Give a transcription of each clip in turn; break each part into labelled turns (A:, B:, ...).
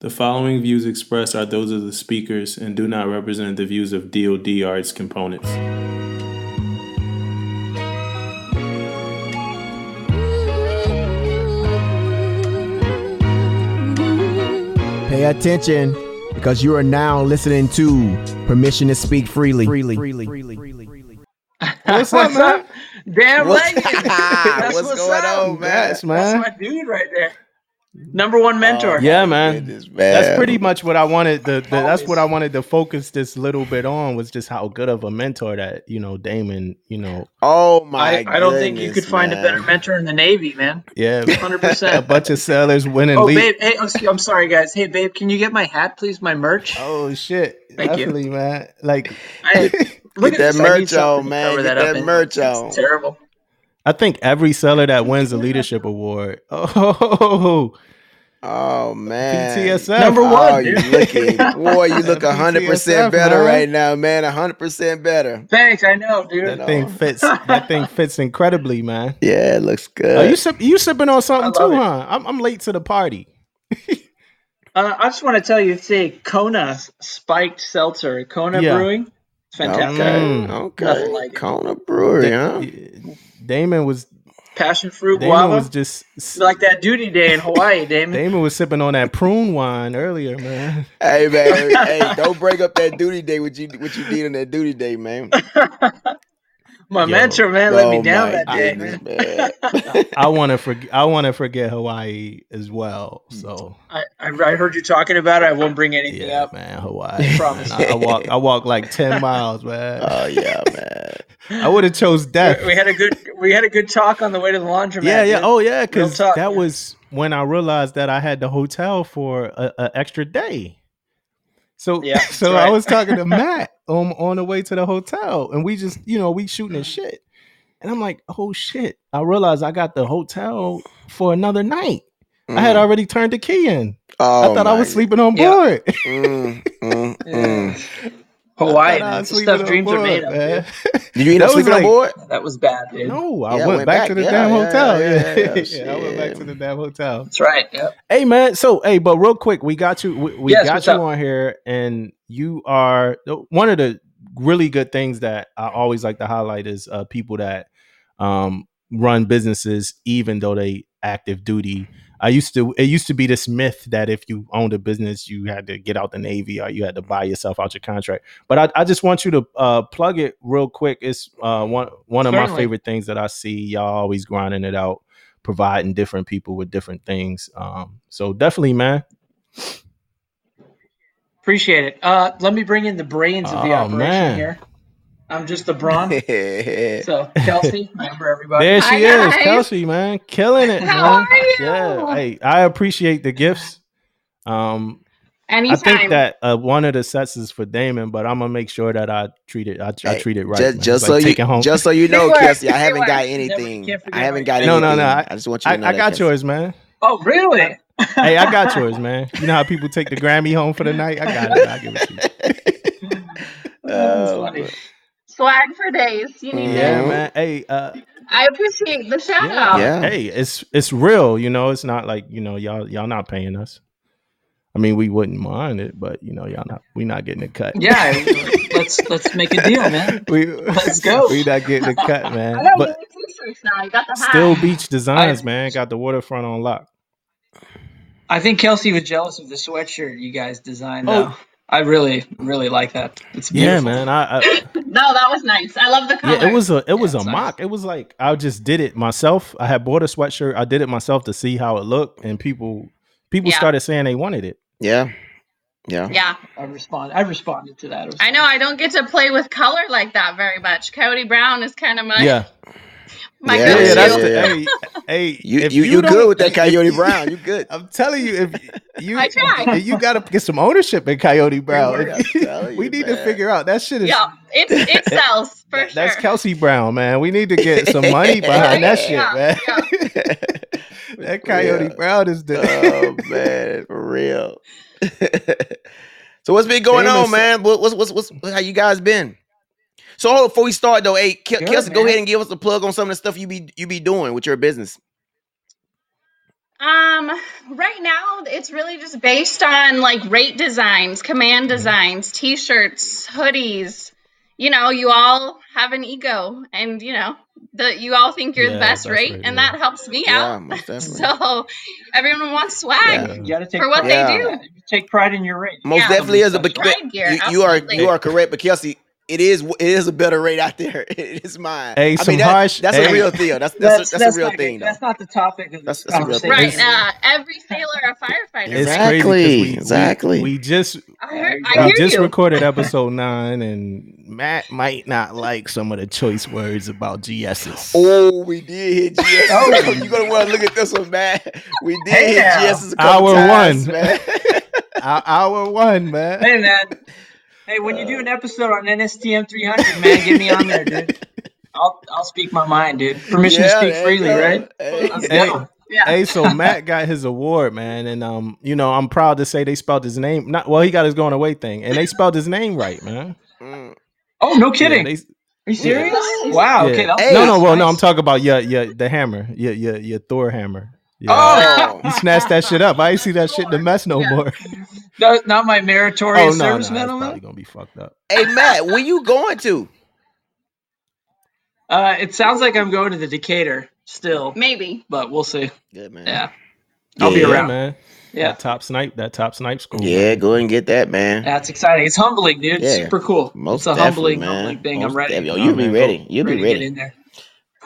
A: The following views expressed are those of the speakers and do not represent the views of DoD or its components.
B: Pay attention because you are now listening to Permission to Speak Freely. Freely.
C: What's up, man?
D: Damn
C: What's-
D: right. That's
C: Ah, What's going on, man?
D: That's,
C: man. Oh,
D: that's my dude right there. Number one mentor.
A: Yeah, man.
C: Goodness, man.
A: That's pretty much what I wanted. The, the, that's what I wanted to focus this little bit on was just how good of a mentor that you know Damon. You know,
C: Oh my!
D: I, I don't think you
C: goodness,
D: could find a
C: man.
D: better mentor in the Navy, man.
A: yeah,
D: Hundred
A: a
D: percent.
A: bunch of sellers winning.
D: Oh,
A: lead.
D: babe. Hey, oh, excuse- I'm sorry, guys. Hey, babe, can you get my hat, please? My merch.
A: Oh shit!
D: Thank you.
A: Definitely, man. Like,
D: I, look
C: Get that
D: at this. I need
C: merch
D: something
C: on,
D: to
C: man.
D: cover
C: Get that
D: up in.
C: merch on.
D: It's terrible.
A: I think every seller that wins a leadership award. Oh,
C: Oh man!
A: PTSF.
D: Number one,
C: Oh, you
D: dude.
C: looking? Boy, you look
A: PTSF,
C: hundred percent better
A: man.
C: right now, man. hundred percent better.
D: Thanks. I know, dude.
A: that thing fits. That thing fits incredibly, man.
C: Yeah, it looks
A: Oh, you
C: good.
A: sip, you sipping on something
D: I love
A: too,
D: it.
A: huh? I'm, I'm late to the party.
D: Uh, I just want to tell you, it's a Kona spiked seltzer. Kona
A: Yeah.
D: Brewing. It's fantastic.
C: okay,
A: Mm.
C: okay.
D: Nothing like it.
C: Kona Brewery, huh?
A: Damon was
D: Passion fruit
A: Damon
D: guava.
A: was just
D: It's like that duty day in Hawaii, Damon.
A: Damon was sipping on that prune wine earlier, man.
C: Hey man, hey, don't break up that duty day. What you what you did on that duty day, man? Oh,
D: My
A: Yo.
D: mentor, man, let me down
C: my
D: that day,
C: goodness,
D: man.
C: man.
A: I want to forget. I want to forget Hawaii as well. So
D: I, I, I heard you talking about it. I won't bring anything
A: yeah,
D: up.
A: man, Hawaii.
D: Promise.
A: man. I, I walk. I walk like ten miles, man.
D: Uh,
C: Oh yeah, man.
A: I would have chose death.
D: We had a good we had a good talk on the way to the laundromat.
A: yeah, yeah.
D: dude.
A: Oh, yeah. Because
D: talk,
A: that
D: yeah.
A: was when I realized that I had the hotel for a, a extra day. So,
D: Yeah, that's
A: so I
D: right.
A: was talking to Matt um, on the way to the hotel, and we just, you know, we shooting the shit. And I'm like, oh shit! I realized I got the hotel for another night. I
C: Mm.
D: Mm.
A: had already turned the key in.
C: Oh,
A: I thought I was sleeping on
D: Oh Yeah.
A: board.
C: Mm, mm,
D: Yeah.
C: mm.
D: Hawaii,
A: I thought I
D: man.
A: was
D: This
A: sleeping
D: stuff
A: on
D: dreams are
A: board,
D: made of.
A: man.
D: dude.
C: Did you end up
A: That was
C: sleeping
A: like-
C: on board?
D: That was bad, dude.
A: No, I
C: Yeah,
A: went,
C: went
A: back,
C: back.
A: to the
C: Yeah,
A: damn
C: yeah,
A: hotel.
C: yeah,
D: Oh,
C: yeah,
A: Yeah, Yeah, I went back to
C: shit.
A: the damn hotel.
D: That's right. Yep.
A: Hey man, so hey, but real quick, we got you. We, we
D: Yes,
A: got
D: what's
A: you
D: up?
A: on here, and you are one of the really good things that I always like to highlight is uh, people that um, run businesses, even though they active duty. I used to. It used to be this myth that if you owned a business, you had to get out the navy or you had to buy yourself out your contract. But I, I just want you to uh, plug it real quick. It's uh, one one of my
D: Certainly.
A: favorite things that I see. Y'all always grinding it out providing different people with different things. Um, so definitely, man.
D: Appreciate it. Uh, let me bring in the brains of the
A: Oh,
D: operation
A: man.
D: here. I'm just the brawn. so Kelsey, remember everybody.
A: There she
E: Oh, Hi,
A: is,
E: guys.
A: Kelsey, man, killing it,
E: How
A: man.
E: are you?
A: Yeah, hey, I appreciate the gifts. Um, I
E: Anytime.
A: think that uh, one of the sets is for Damon, but I'm gonna make sure that I treat it. I, I
C: Hey,
A: treat it right.
C: just
A: man.
C: just
A: It's like
C: so you
A: taking home.
C: just so you
E: Free
C: know,
E: work,
C: Kelsey, I
E: free
C: haven't
E: work.
C: got
D: Never-
C: anything.
D: can't forget
C: I haven't
D: my
C: got
A: name.
C: anything.
A: No, no, no,
C: I, just want you
A: I,
C: to know
A: I
C: that,
A: got
C: Kelsey.
A: yours, man.
D: oh, really?
A: Hey, I got yours, man. You know how people take the Grammy home for the night? I got it. I give it to you.
D: That's
C: Oh,
D: funny.
E: Swag for days. You need
A: Yeah,
E: it.
A: man. Hey, uh,
E: I appreciate the shout
A: yeah.
E: out.
C: Mm-hmm. Yeah.
A: Hey, it's it's real, you know. It's not like you know y'all y'all not paying us. I mean, we wouldn't mind it, but you know y'all not we not getting a cut.
D: Yeah, let's let's make a deal, man.
A: we
D: Let's go.
A: We not getting a cut,
E: I
A: man.
E: got
A: But
E: but t-shirts now. You got the hat.
A: still, beach designs, man. Got the waterfront on lock.
D: I think Kelsey was jealous of the sweatshirt you guys designed,
A: Oh.
D: though. I really, really like that. It's
A: Yeah,
D: beautiful.
A: man. I, I
E: no, that was nice. I love the color.
A: yeah, it was a it was
D: Yeah,
A: a
D: it's nice.
A: mock. It was like I just did it myself. I had bought a sweatshirt. I did it myself to see how it looked, and people people
E: Yeah.
A: started saying they wanted it.
C: Yeah. Yeah.
E: Yeah,
D: I respond. I responded to that. It was-
E: I know. I don't get to play with color like that very much. Coyote brown is kind of my
A: yeah,
E: my
C: Yeah,
A: yeah,
E: go-to.
C: yeah,
A: that's
C: yeah,
A: the,
C: yeah.
A: hey, hey,
C: You
A: if
C: you, you,
A: don't-
C: good with that Coyote Brown. You good.
A: I'm telling you, if you
E: I try.
A: you got to get some ownership in Coyote Brown.
D: work,
C: I'm telling
A: we
C: you,
A: need to
C: man.
A: figure out that shit is.
E: yeah, it it sells for
A: that-
E: sure.
A: That's Kelsey Brown, man. We need to get some money behind that shit,
E: Yeah,
A: man.
E: yeah.
A: that Coyote
C: Yeah.
A: Brown is the.
C: oh man, for real. so what's been going
A: Damn,
C: on,
A: it's-
C: man? What- What's what's what's how you guys been? So hold on, before we start though, hey Ke-
D: Good,
C: Kelsey, go
D: man.
C: ahead and give us a plug on some of the stuff you be you be doing with your business.
E: Um, right now it's really just based on like rate designs,
A: Mm-hmm.
E: command designs, t-shirts, hoodies. You know, you all have an ego and you know, the you all think you're
A: Yeah,
E: the best
A: that's
E: rate
A: right,
E: and
A: yeah.
E: that helps me
C: Yeah,
E: out.
C: most definitely.
E: So everyone wants swag
A: Yeah.
D: You gotta take
E: for what
D: pride.
C: Yeah.
E: they do.
D: take pride in your rate.
C: Most
E: Yeah.
C: definitely is a but,
E: Pride
C: but
E: gear,
C: you, you are
E: absolutely.
C: you are correct, but Kelsey, it is it is a better rate out there. It is mine.
A: Hey, some
C: that-
A: harsh-
C: That's
A: hey.
C: a real deal. That's that's, a, that's, a real
D: not,
C: thing though.
D: That's not the topic of
C: That's-
D: this
C: that's a real thing.
D: conversation.
E: Right.
A: It's-
E: Uh, every sailor a firefighter.
A: It's
E: right?
A: crazy 'cause
C: Exactly,
A: we- we-
C: exactly.
A: We just
E: I, heard, I
A: we
E: hear
A: just
E: you.
A: recorded episode nine, and Matt might not like some of the choice words about GSs.
C: Oh, we did hit GS.
D: Oh.
C: you gonna want to look at this one, man. We did
D: Hey,
C: hit
D: now.
C: GS a couple
A: Hour
C: times,
A: one.
C: man.
A: Our, hour one, man.
D: Hey man, hey, when you do an episode on NSTM 300, man, get me on there, dude. I'll I'll speak my mind, dude. Permission to
C: Yeah,
D: speak
C: there you
D: freely,
C: go.
D: right?
C: Hey.
D: Let's
A: Hey.
D: go.
E: Yeah.
A: Hey, so Matt got his award, man, and um, you know, I'm proud to say they spelled his name. Not well, he got his going away thing, and they spelled his name right, man.
C: Mm.
D: Oh, no
A: Yeah,
D: kidding.
A: they-
D: Are you serious?
E: Yeah.
D: Wow.
A: yeah.
D: Okay. That's,
C: Hey.
A: no, no,
D: that's
A: well, no, I'm
D: nice.
A: talking about yeah, yeah, the hammer, yeah, yeah, yeah, Thor hammer. Yeah.
D: Oh.
C: mm.
A: He snatched that shit up. I ain't see that shit in the mess no
E: Yeah.
A: more.
D: No, not my
A: Oh
D: meritorious
A: no, no, it's
D: service medal.
A: probably
D: man?
A: gonna be fucked up.
C: Hey, Matt, where you going to?
D: Uh, it sounds like I'm going to the Decatur still,
E: Maybe.
D: but we'll see.
C: Good man.
D: Yeah. I'll be
C: Yeah,
D: around.
A: man.
D: Yeah.
A: That top snipe, that top snipe school.
C: Yeah, go ahead and get that, man.
D: That's exciting. It's humbling, dude. It's
C: Yeah.
D: super cool.
C: Most
D: it's a
C: definitely,
D: humbling,
C: man.
D: humbling thing. I'm
C: Most
D: ready.
C: def- Yo,
A: Nah,
C: you be
A: man,
C: ready. You be
D: ready to get
C: ready.
D: in there.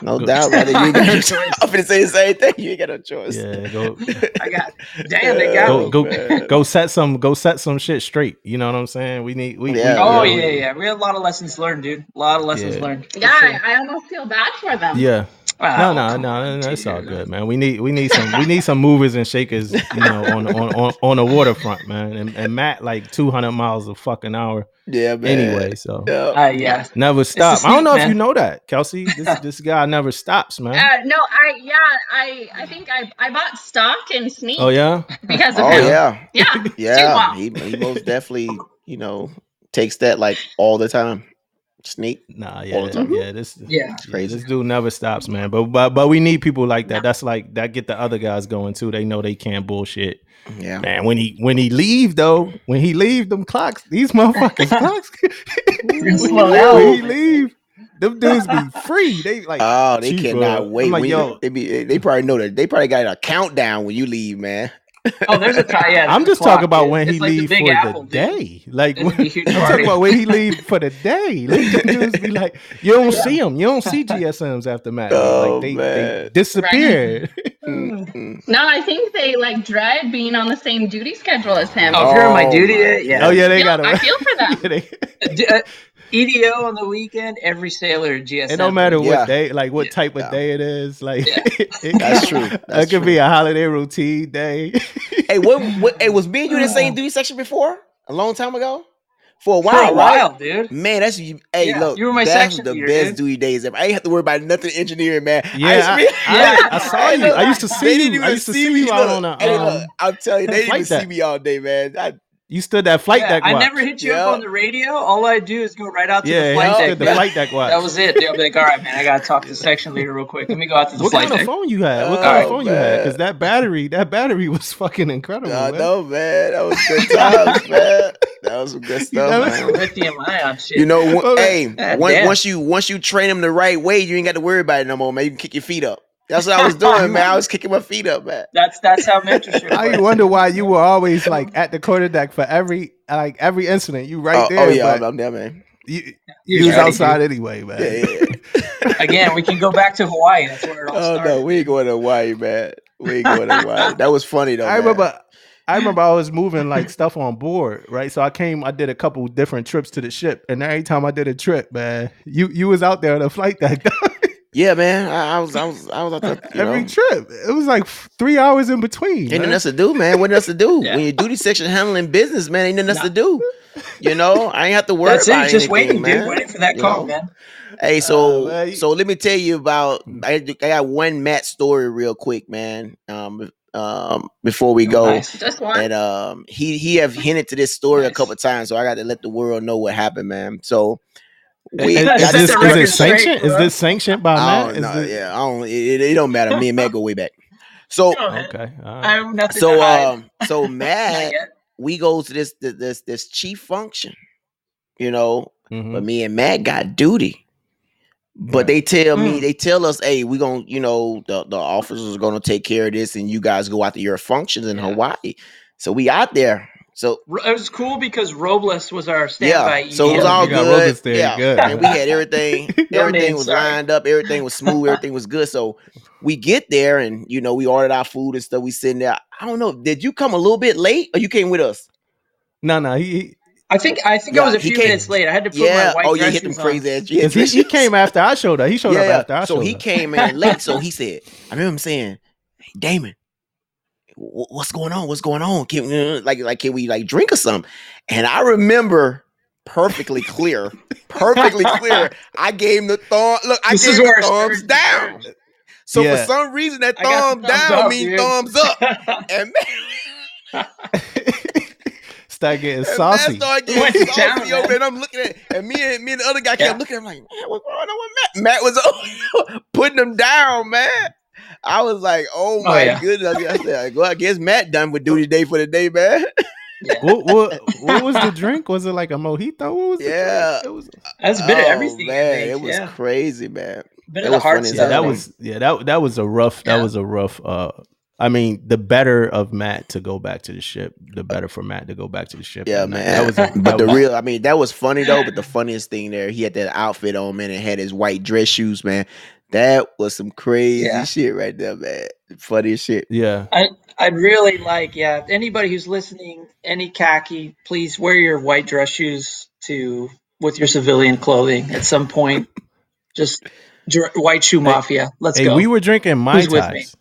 C: No
A: Good.
C: doubt, brother. You got no choice. I'm gonna say the same thing. You ain't got no choice.
A: Yeah, go
D: I got. Damn, they got
A: go
D: me.
A: go
C: man.
A: go set some go set some shit straight. You know what I'm saying? We need we, we-
C: Yeah,
D: Oh
C: yeah.
D: yeah, yeah. We had a lot of lessons learned, dude. A lot of lessons
A: Yeah.
D: learned. for
E: Yeah,
D: sure.
E: I, I almost feel bad for them.
A: Yeah. No,
D: Wow,
A: no,
D: come
A: no,
D: on,
A: no, no, it's
D: dude.
A: all good, man. We need we need some we need some movers and shakers, you know, on on on, on the waterfront, man. And, and Matt like 200 miles a fucking hour
C: Yeah, man.
A: anyway, so
C: Yeah.
D: Uh, yeah.
A: never stop. I
D: sneak,
A: don't know if
D: man.
A: you know that, Kelsey. This this guy never stops, man.
E: Uh, no, I yeah, I I think I I bought stock and sneak
A: Oh yeah.
E: because of
C: oh
E: him.
C: yeah,
E: Yeah,
C: yeah.
E: wild.
C: He, he most definitely, you know, takes that like all the time. Sneak.
A: Nah,
C: all
A: yeah,
C: the
A: that-
E: time.
A: yeah, this
D: Yeah.
C: crazy.
A: This dude never stops, man. But but but we need people like that.
E: No.
A: That's like that get the other guys going too. They know they can't bullshit.
C: Yeah.
A: Man, when he when he leave though, when he leave them clocks, these motherfuckers clocks. when he-
D: Slow down.
A: when he leave, them dudes be free. They like
C: Oh, they
A: Chief,
C: cannot
A: uh,
C: wait.
A: I'm like,
C: when you-
A: yo.
C: they be, they probably know that they probably got a countdown when you leave, man.
D: Oh, there's a time. Yeah,
A: I'm
D: there's a
A: just talking
D: clock,
A: about
D: dude.
A: when
D: It's
A: he
D: like
A: leave
D: Big
A: for
D: Apple,
A: the
D: dude.
A: day. Like
D: It's a huge
A: I'm
D: party.
A: talking about when he leave for the day. Like them dudes be like, you don't see them. You don't see GSMs after Matt.
C: Oh,
A: like they,
C: man.
A: they disappear.
C: Mm-mm.
E: No, I think they like dread being on the same duty schedule as him.
D: Oh, if you're on my
C: Oh,
D: duty,
C: my
D: day, yeah.
A: Oh yeah, they
E: Yeah,
A: got
E: I
A: to
E: feel for them.
A: Yeah, they-
D: D- uh, EDO on the weekend, every sailor at GSM.
A: It don't matter
C: Yeah.
A: what day, like what
D: Yeah.
A: type of
C: Yeah.
A: day it is. Like it,
C: That's true.
A: it
C: That's
A: could be
C: true.
A: a holiday routine day.
C: Hey, what, what? Hey, was me and you in the same duty section before? A long time ago. For a
D: Oh. For
C: while,
D: a
C: right?
D: while, dude.
C: Man, that's you. Hey,
D: Yeah,
C: look,
D: you were my
C: that's
D: section
C: the
D: leader,
C: best
D: dude.
C: duty days ever. I ain't have to worry about nothing engineering, man. I used
A: Yeah,
C: to
A: I,
C: be-
A: I, I saw
C: Hey,
A: you.
C: look,
A: I used to
C: they
A: see
C: didn't
A: you. I
C: even
A: used to
C: see
A: see
C: me.
A: you out
C: look,
A: on a.
C: hey,
A: um,
C: look, I'm telling you, they didn't
A: flight
C: even see
A: deck.
C: me all day, man. I,
A: you stood that flight
D: Yeah,
A: deck
D: I
A: watch.
D: never hit you
C: Yeah.
D: up on the radio. All I do is go right out to
A: yeah,
D: the
A: you
D: flight
A: stood
D: deck.
A: the
D: man.
A: flight deck watch.
D: That was it. Dude. I'll be like, all right, man, I gotta talk to the section leader real quick. Let me go out to the
A: what
D: flight
A: kind
D: deck.
A: of phone you had? What
C: Oh,
A: kind of phone you had?
C: man.
A: Because that battery, that battery was fucking incredible.
C: I
A: man.
C: know, man. That was good times, man. That was some good stuff, man.
A: never-
D: Lithium ion shit.
C: You know, one,
A: Oh,
C: hey,
D: yeah,
C: once,
D: damn.
C: once you once you train them the right way, you ain't got to worry about it no more, man. You can kick your feet up. That's what I
A: Oh,
C: was doing, man. I was kicking my feet up, man.
D: that's that's how mentorship
A: I
D: works.
A: wonder why you were always like at the quarterdeck for every like every incident. You right
C: oh,
A: there.
C: oh yeah, I'm,
A: but
C: I'm there, man.
A: you,
D: You're
A: you was
D: ready,
A: outside anyway, man.
C: Yeah, yeah. yeah.
D: dude. Again, we can go back to Hawaii. That's where it all
C: oh
D: started.
C: no, we ain't going to Hawaii, man. We ain't going to Hawaii. That was funny though.
A: I
C: man.
A: remember I remember I was moving like stuff on board, right? So I came, I did a couple different trips to the ship, and every time I did a trip, man, you you was out there on the flight deck
C: Yeah, man. I, I was, I was, I was out there. You
A: every
C: know.
A: trip. It was like f- three hours in between.
C: Ain't nothing
A: man.
C: else to do, man. What else to do
D: Yeah.
C: when your duty section handling business, man? Ain't nothing else to do. You know, I ain't have to worry
D: That's
C: about
D: it. Just
C: anything,
D: waiting,
C: man.
D: dude. Waiting for that
C: You
D: call,
C: know?
D: man.
C: Hey, so
A: Uh, man.
C: so let me tell you about. I, do- I got one Matt story real quick, man. Um, um, before we
D: Oh,
C: go,
D: nice.
E: Just one.
C: and um, he he have hinted to this story a
D: Nice.
C: couple times, so I got to let the world know what happened, man. So we
A: Is,
D: Set
A: is
C: got
D: the
A: this,
C: story-
A: is
D: record
A: this
D: straight,
A: sanctioned? Is
D: bro.
C: Oh,
A: this sanctioned by
C: I
A: Matt?
C: don't
A: Is
C: know.
A: this-
C: Yeah, I don't. It, it, it don't matter. Me and Matt go way back. So
D: Go ahead.
A: Okay. All
D: I
A: right.
D: have nothing to
C: Oh. so
D: hide.
C: um so
D: Not
C: Matt,
D: yet.
C: we go to this this this, this chief function, you know,
A: Mhm.
C: but me and Matt got duty. But they tell me,
D: Mm.
C: they tell us, hey, we're gonna, you know, the, the officers are gonna take care of this, and you guys go out to your functions in
D: Yeah.
C: Hawaii. So we out there. So
D: Ro- It was cool because Robles was our standby. E
C: yeah, so it was
A: Yeah,
C: all
A: you got
C: good.
A: Robles there,
C: Yeah,
A: good.
C: and we had everything.
D: Yeah, man,
C: everything was
D: sorry.
C: lined up. Everything was smooth. Everything was good. So we get there, and you know, we ordered our food and stuff. We sitting there. I don't know. Did you come a little bit late, or you came with us?
A: No, no, he
D: I think I think
C: Yeah,
D: I was a
C: he
D: few
C: came-
D: minutes late. I had to put
C: Yeah.
D: my white
C: Oh, you
D: dresses
C: hit them
D: on.
C: crazy ass.
A: he, 'cause he, he came after I showed up. He showed up after I
C: so
A: showed
C: he
A: up.
C: came in late. So he said, I remember him saying, hey, Damon, wh- what's going on? What's going on? Can, uh, like, like, can we like drink or something? And I remember perfectly clear, perfectly clear. I gave him the thumb. Look, I
D: This
C: gave
D: is
C: him
D: where
C: the
D: it started
C: thumbs
D: to
C: down.
D: diverge.
C: So
A: Yeah.
C: for some reason, that
D: I got
C: thumb
D: the thumbs
C: down
D: up,
C: means
D: dude.
C: thumbs up. And man,
A: Start getting
C: and man
A: saucy.
C: started
D: Went
C: getting
D: down,
C: saucy over
D: man.
C: there. And I'm looking at, and me and me and the other guy
D: Yeah.
C: kept looking. at him like, man, what's going on with Matt? Matt was over putting him down, man. I was like, oh
D: Oh,
C: my
D: yeah.
C: goodness. I said, well, I guess Matt done with duty day for the day, man.
D: yeah.
A: What, what what was the drink? Was it like a mojito? What was the
C: Yeah.
A: drink? It was
D: That's a bit of
C: Oh,
D: everything. I
C: man,
D: think.
C: it was
D: yeah.
C: crazy, man.
D: bit of
C: it
D: the
C: was
D: heart
C: funny as
A: yeah,
C: hell,
A: that
C: man.
A: was yeah, that that was a rough that
D: Yeah.
A: was a rough uh I mean, the better of Matt to go back to the ship, the better for Matt to go back to the ship.
C: Yeah,
A: on that.
C: man.
A: That was a,
C: but
A: that
C: the
A: was-
C: real, I mean, that was funny though. But the funniest thing there, he had that outfit on, man, and had his white dress shoes, man. That was some crazy
D: Yeah.
C: shit right there, man. Funniest shit.
A: yeah.
D: I'd really like, yeah, if anybody who's listening, any khaki, please wear your white dress shoes to with your civilian clothing at some point. Just dr- white shoe mafia. Let's
A: Hey,
D: go.
A: we were drinking Mai
D: Who's with me?
A: Tais.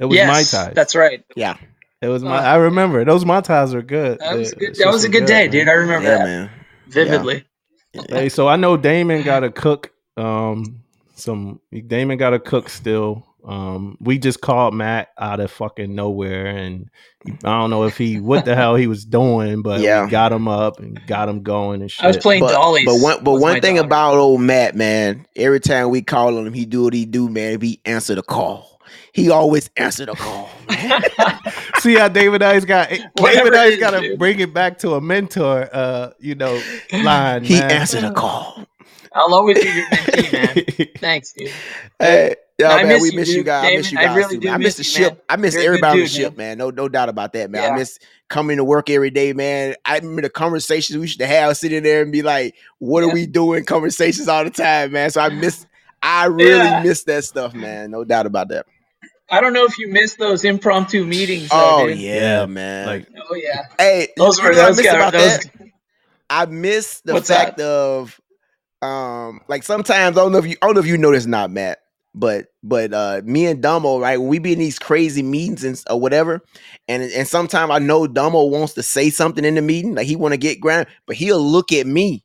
A: It was
D: yes,
A: Mai Tais.
D: that's right.
C: Yeah,
A: It was my
D: Uh,
A: I remember. Those Mai Tais were good.
D: That was a
A: They-
D: good.
A: shits
D: That was a
A: were
D: good day,
A: man.
D: dude. I remember
C: yeah,
D: that
C: man.
D: vividly.
A: Hey, so I know Damon got to cook. Um, some Damon got to cook still. Um, we just called Matt out of fucking nowhere, and I don't know if he what the hell he was doing, but
C: Yeah.
A: we got him up and got him going and shit.
D: I was playing
C: but,
D: dollies.
C: But one, but
D: with
C: one
D: my
C: thing
D: daughter.
C: about old Matt, man, every time we call on him, he do what he do, man. If he answer the call, he always answer the call, man.
A: See how David Ice got
D: Whatever
A: David
D: it
A: Ice
D: is,
A: got to
D: dude.
A: bring it back to a mentor. Uh, you know, line
C: he
A: man.
C: answer the call.
D: I'll always be your mentee, man. Thanks, dude.
C: Hey, yeah,
D: I
C: man,
D: miss
C: we
D: you,
C: miss you
D: dude.
C: guys. I miss
D: Damon,
C: you
D: I
C: guys
D: really
C: too,
D: do
C: man. I miss
D: miss
C: the
D: you,
C: ship.
D: man.
C: I miss
D: You're a good
C: everybody on the
D: dude,
C: ship, man. No, no doubt about that, man. I
D: Yeah.
C: miss coming to work every day, man. I remember the conversations we should have sitting there and be like, "What are
D: Yeah.
C: we doing?" Conversations all the time, man. So I miss. I really
D: Yeah.
C: miss that stuff, man. No doubt about that.
D: I don't know if you missed those impromptu meetings, though,
C: Oh
D: dude.
C: yeah,
A: Yeah,
C: man.
A: Like
D: Oh yeah.
C: hey,
D: Those
C: you
D: were
C: know what I
D: those
C: miss
D: guys.
C: about
D: Those.
C: that. I miss the
D: What's
C: fact of um like sometimes I don't know if you I don't know if you know this or not, Matt, but but uh me and Dumbo, right, we be in these crazy meetings and, s- or whatever, and and sometimes I know Dumbo wants to say something in the meeting, like he wanna get ground, but he'll look at me.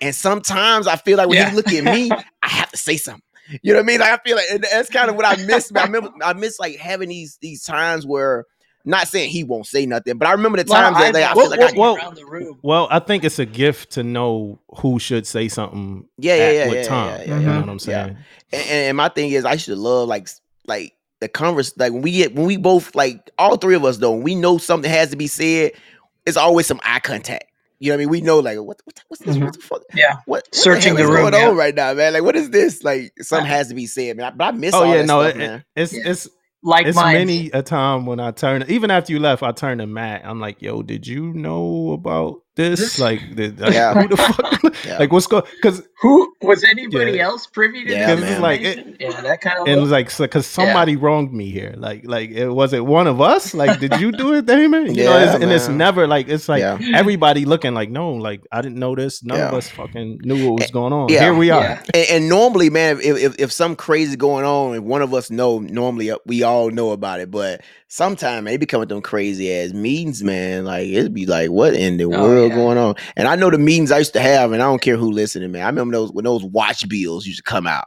C: And sometimes I feel like when
D: Yeah.
C: he look at me, I have to say something. You know what I mean? Like I feel like and that's kind of what I miss. man. I remember I miss like having these these times where not saying he won't say nothing, but I remember
D: A
C: the
D: lot of
C: times that like, I
D: eyeballs
C: feel like I
D: sitting
A: whoa.
D: around the room.
A: Well, I think it's a gift to know who should say something
C: yeah, yeah,
A: at
C: yeah,
A: what
C: yeah, yeah,
A: time.
C: yeah,
A: You
C: yeah.
A: know what I'm saying?
C: And, and my thing is, I should love like s- like the converse like when we get when we both like all three of us though when we know something has to be said. It's always some eye contact. You know what I mean? We know like what what what's
A: Mm-hmm.
C: this? What the fuck?
D: Yeah.
C: What what
D: Searching the
C: the hell is
D: room,
C: going
D: yeah.
C: on right now, man? Like what is this? Like something
D: Yeah.
C: has to be said, man. I- But I miss
A: Oh
C: all
A: yeah,
C: that
A: no,
C: stuff,
A: it, it-
C: man.
A: it's
D: Yeah.
A: it's
D: Like
A: it's
D: mine.
A: many a time when I turn even after you left, I turned to Matt. I'm like, yo, did you know about this?
D: This-
A: Like, the, like
C: Yeah.
A: who the fuck?
C: Yeah.
A: Like, what's going? Because
D: Who was anybody
A: Yeah.
D: else privy to
C: Yeah,
D: this
A: it's
C: man.
A: like it,
D: information? yeah, that kind of.
A: and it was like because
D: Yeah.
A: somebody wronged me here. Like, like it was it one of us? Like, did you do it, Damon? You know,
C: Yeah,
A: it's, and it's
C: man.
A: never like it's like
C: yeah.
A: everybody looking like no, like I didn't know this. None of
C: Yeah. Eh,
A: us fucking knew what was going on.
C: yeah.
A: Here we are.
D: yeah.
C: And, and normally, man, if, if if some crazy going on, if one of us know, normally uh, we all know about it. But sometimes man, they be coming with them crazy ass meetings, man. Like it'd be like, what in the
D: Oh,
C: world
D: yeah.
C: going on? And I know the meetings I used to have, and I don't care who listening, man. I remember those when those watch bills used to come out.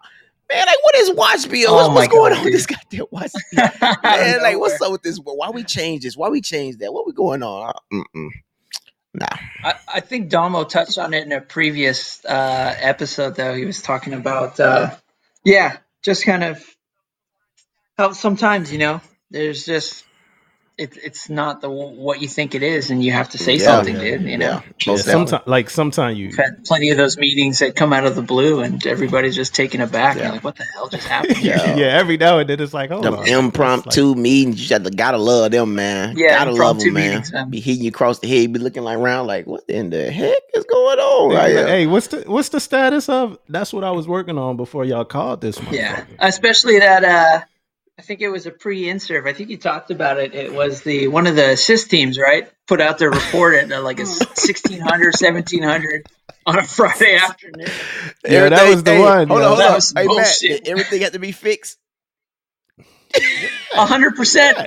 C: Man, like what is watch bill?
D: Oh
C: What's,
D: my
C: what's going
D: God,
C: on with this goddamn watch? bill?
D: Out
C: man,
D: of
C: like what's
D: nowhere.
C: up with this? Why we change this? Why we change that? What we going on? I- Mm-mm. Nah.
D: I, I think Domo touched on it in a previous uh, episode, though. He was talking about, uh, yeah, just kind of how sometimes you know there's just it, it's not the what you think it is, and you have to say
C: Yeah.
D: something, dude. You know,
C: Yeah, most
A: Yeah,
C: definitely.
A: sometime, like sometimes you
D: We've had plenty of those meetings that come out of the blue, and everybody's just taken aback.
C: Yeah.
D: And like, what the hell just happened?
C: Yeah.
A: yeah. every now and then it's like hold
C: Them
A: on
C: impromptu meetings, you gotta, gotta love them, man.
D: Yeah,
C: gotta love
D: impromptu
C: them, man.
D: meetings, man.
C: Be hitting you across the head, be looking like round, like what in the heck is going on?
A: It's
C: Right
A: like,
C: here?
A: hey what's the what's the status of that's what I was working on before y'all called this one
D: yeah, especially that. uh I think it was a pre-inserve. I think you talked about it. It was the one of the assist teams, right? Put out their report at uh, like a 1600, 1700 on a Friday afternoon.
A: Yeah, that
C: Everything-
A: was the
C: hey,
A: one,
C: Hold
A: yo.
C: on, hold
D: That
C: on.
D: was
C: Hey Matt,
D: bullshit.
C: did everything had to be fixed.
D: hundred percent.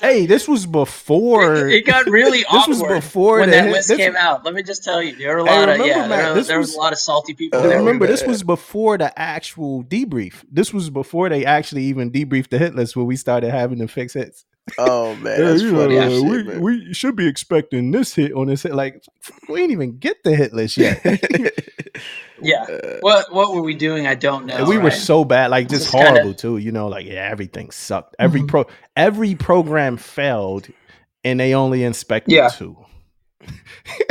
A: hey this was before
D: It got really
A: This was
D: awkward
A: before
D: when
A: the
D: that
A: hit-
D: list
A: this-
D: came out. Let me just tell you, there were a
A: Hey,
D: lot of
A: remember,
D: yeah,
A: Matt,
D: there,
A: this
D: there was,
A: was-
D: a lot of salty people.
C: Uh,
A: Dude,
D: that were-
A: remember, this
C: man.
A: was before the actual debrief. This was before they actually even debriefed the hit list where we started having to fix hits.
C: Oh man,
A: Yeah,
C: that's
A: you
C: funny.
A: know,
C: as
A: uh,
C: shit,
A: we,
C: man.
A: we should be expecting this hit on this hit. Like, we ain't even get the hit list yet.
D: yeah.
C: Uh,
D: What what were we doing? I don't know.
A: And we were
D: right?
A: so bad, like just
D: Just kinda-
A: horrible too. You know, like yeah, everything sucked. Every
D: Mhm.
A: pro, every program failed, and they only inspected
D: Yeah.
A: two.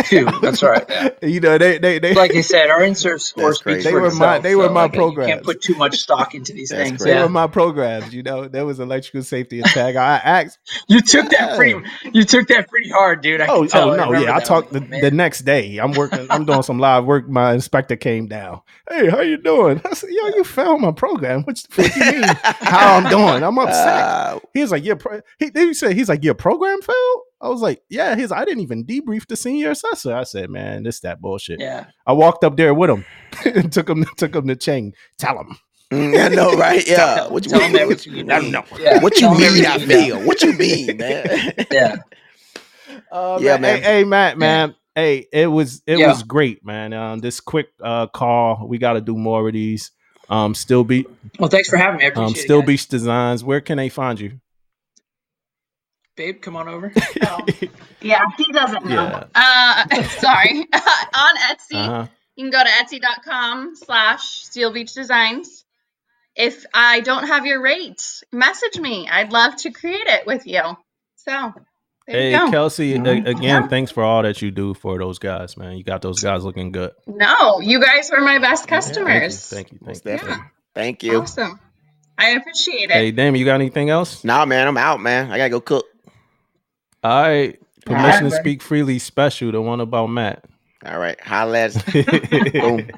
D: Two, that's right, yeah.
A: You know, they they they
D: like I said, our insert score
C: That's
D: speaks for
C: crazy. They were
A: my-
D: itself,
A: they were
D: so,
A: my
D: like, You
A: programs.
D: can't put too much stock into these
C: That's
D: things.
A: they
C: crazy.
A: were
D: Yeah,
A: my programs. You know, there was electrical safety attack. I asked.
D: you took that
A: Yeah.
D: pretty. You took that pretty hard, dude. I
A: Oh,
D: can tell.
A: oh
D: I
A: no,
D: remember
A: yeah. I
D: that. I'm
A: talked the,
D: like, oh, man.
A: the next day. I'm working. I'm doing some live work. My inspector came down. Hey, how you doing? I said, Yo, you failed my program. What the fuck you mean? how I'm doing? I'm upset.
C: Uh,
A: He was like, "Your pro-, he, he said he's like your program failed." I was like, "Yeah." He's I didn't even debrief the senior assessor. I said, "Man, this that bullshit."
D: Yeah,
A: I walked up there with him and took him took him to Chang. Tell him.
C: mm, I know, right? Yeah.
D: Tell-
C: What you
D: tell
C: mean?
D: 'em
C: What
D: everything
C: you
D: you
A: Let him
C: mean?
A: know.
D: yeah.
C: What you
D: Tell 'em
C: mean? I
D: everything you know.
C: feel. What you mean, man?
D: Yeah,
A: Uh,
C: Yeah,
A: man,
C: man.
A: Hey, hey, Matt,
D: Yeah.
A: man. Hey, it was it
D: Yeah.
A: was great, man. Um, this quick uh call. We got to do more of these. Um, still be
D: Well, thanks for having me. I
A: um
D: appreciate it.
A: still
D: guys.
A: beach designs. Where can they find you?
D: Babe, come on over.
E: So, yeah, he doesn't know. Uh, sorry. on Etsy,
A: Uh-huh.
E: you can go to etsy.com slash Steel Beach Designs. If I don't have your rate, message me. I'd love to create it with you. So there
A: Hey,
E: you go.
A: Kelsey. a-
D: Mhm.
A: again, thanks for all that you do for those guys, man. You got those guys looking good.
E: No, you guys were my best
A: Yeah,
E: customers.
A: Thank you. Thank
C: Most
A: you. Thank you.
C: definitely.
A: thank
C: Thank you.
E: Awesome. I appreciate it.
A: you. Hey, Damon, you got anything else?
C: Nah, man. I'm out, man. I gotta go cook.
A: All right.
D: All
A: Permission
D: right,
A: to
D: buddy.
A: speak freely special, the one about Matt.
C: All right. Holla at us. Boom.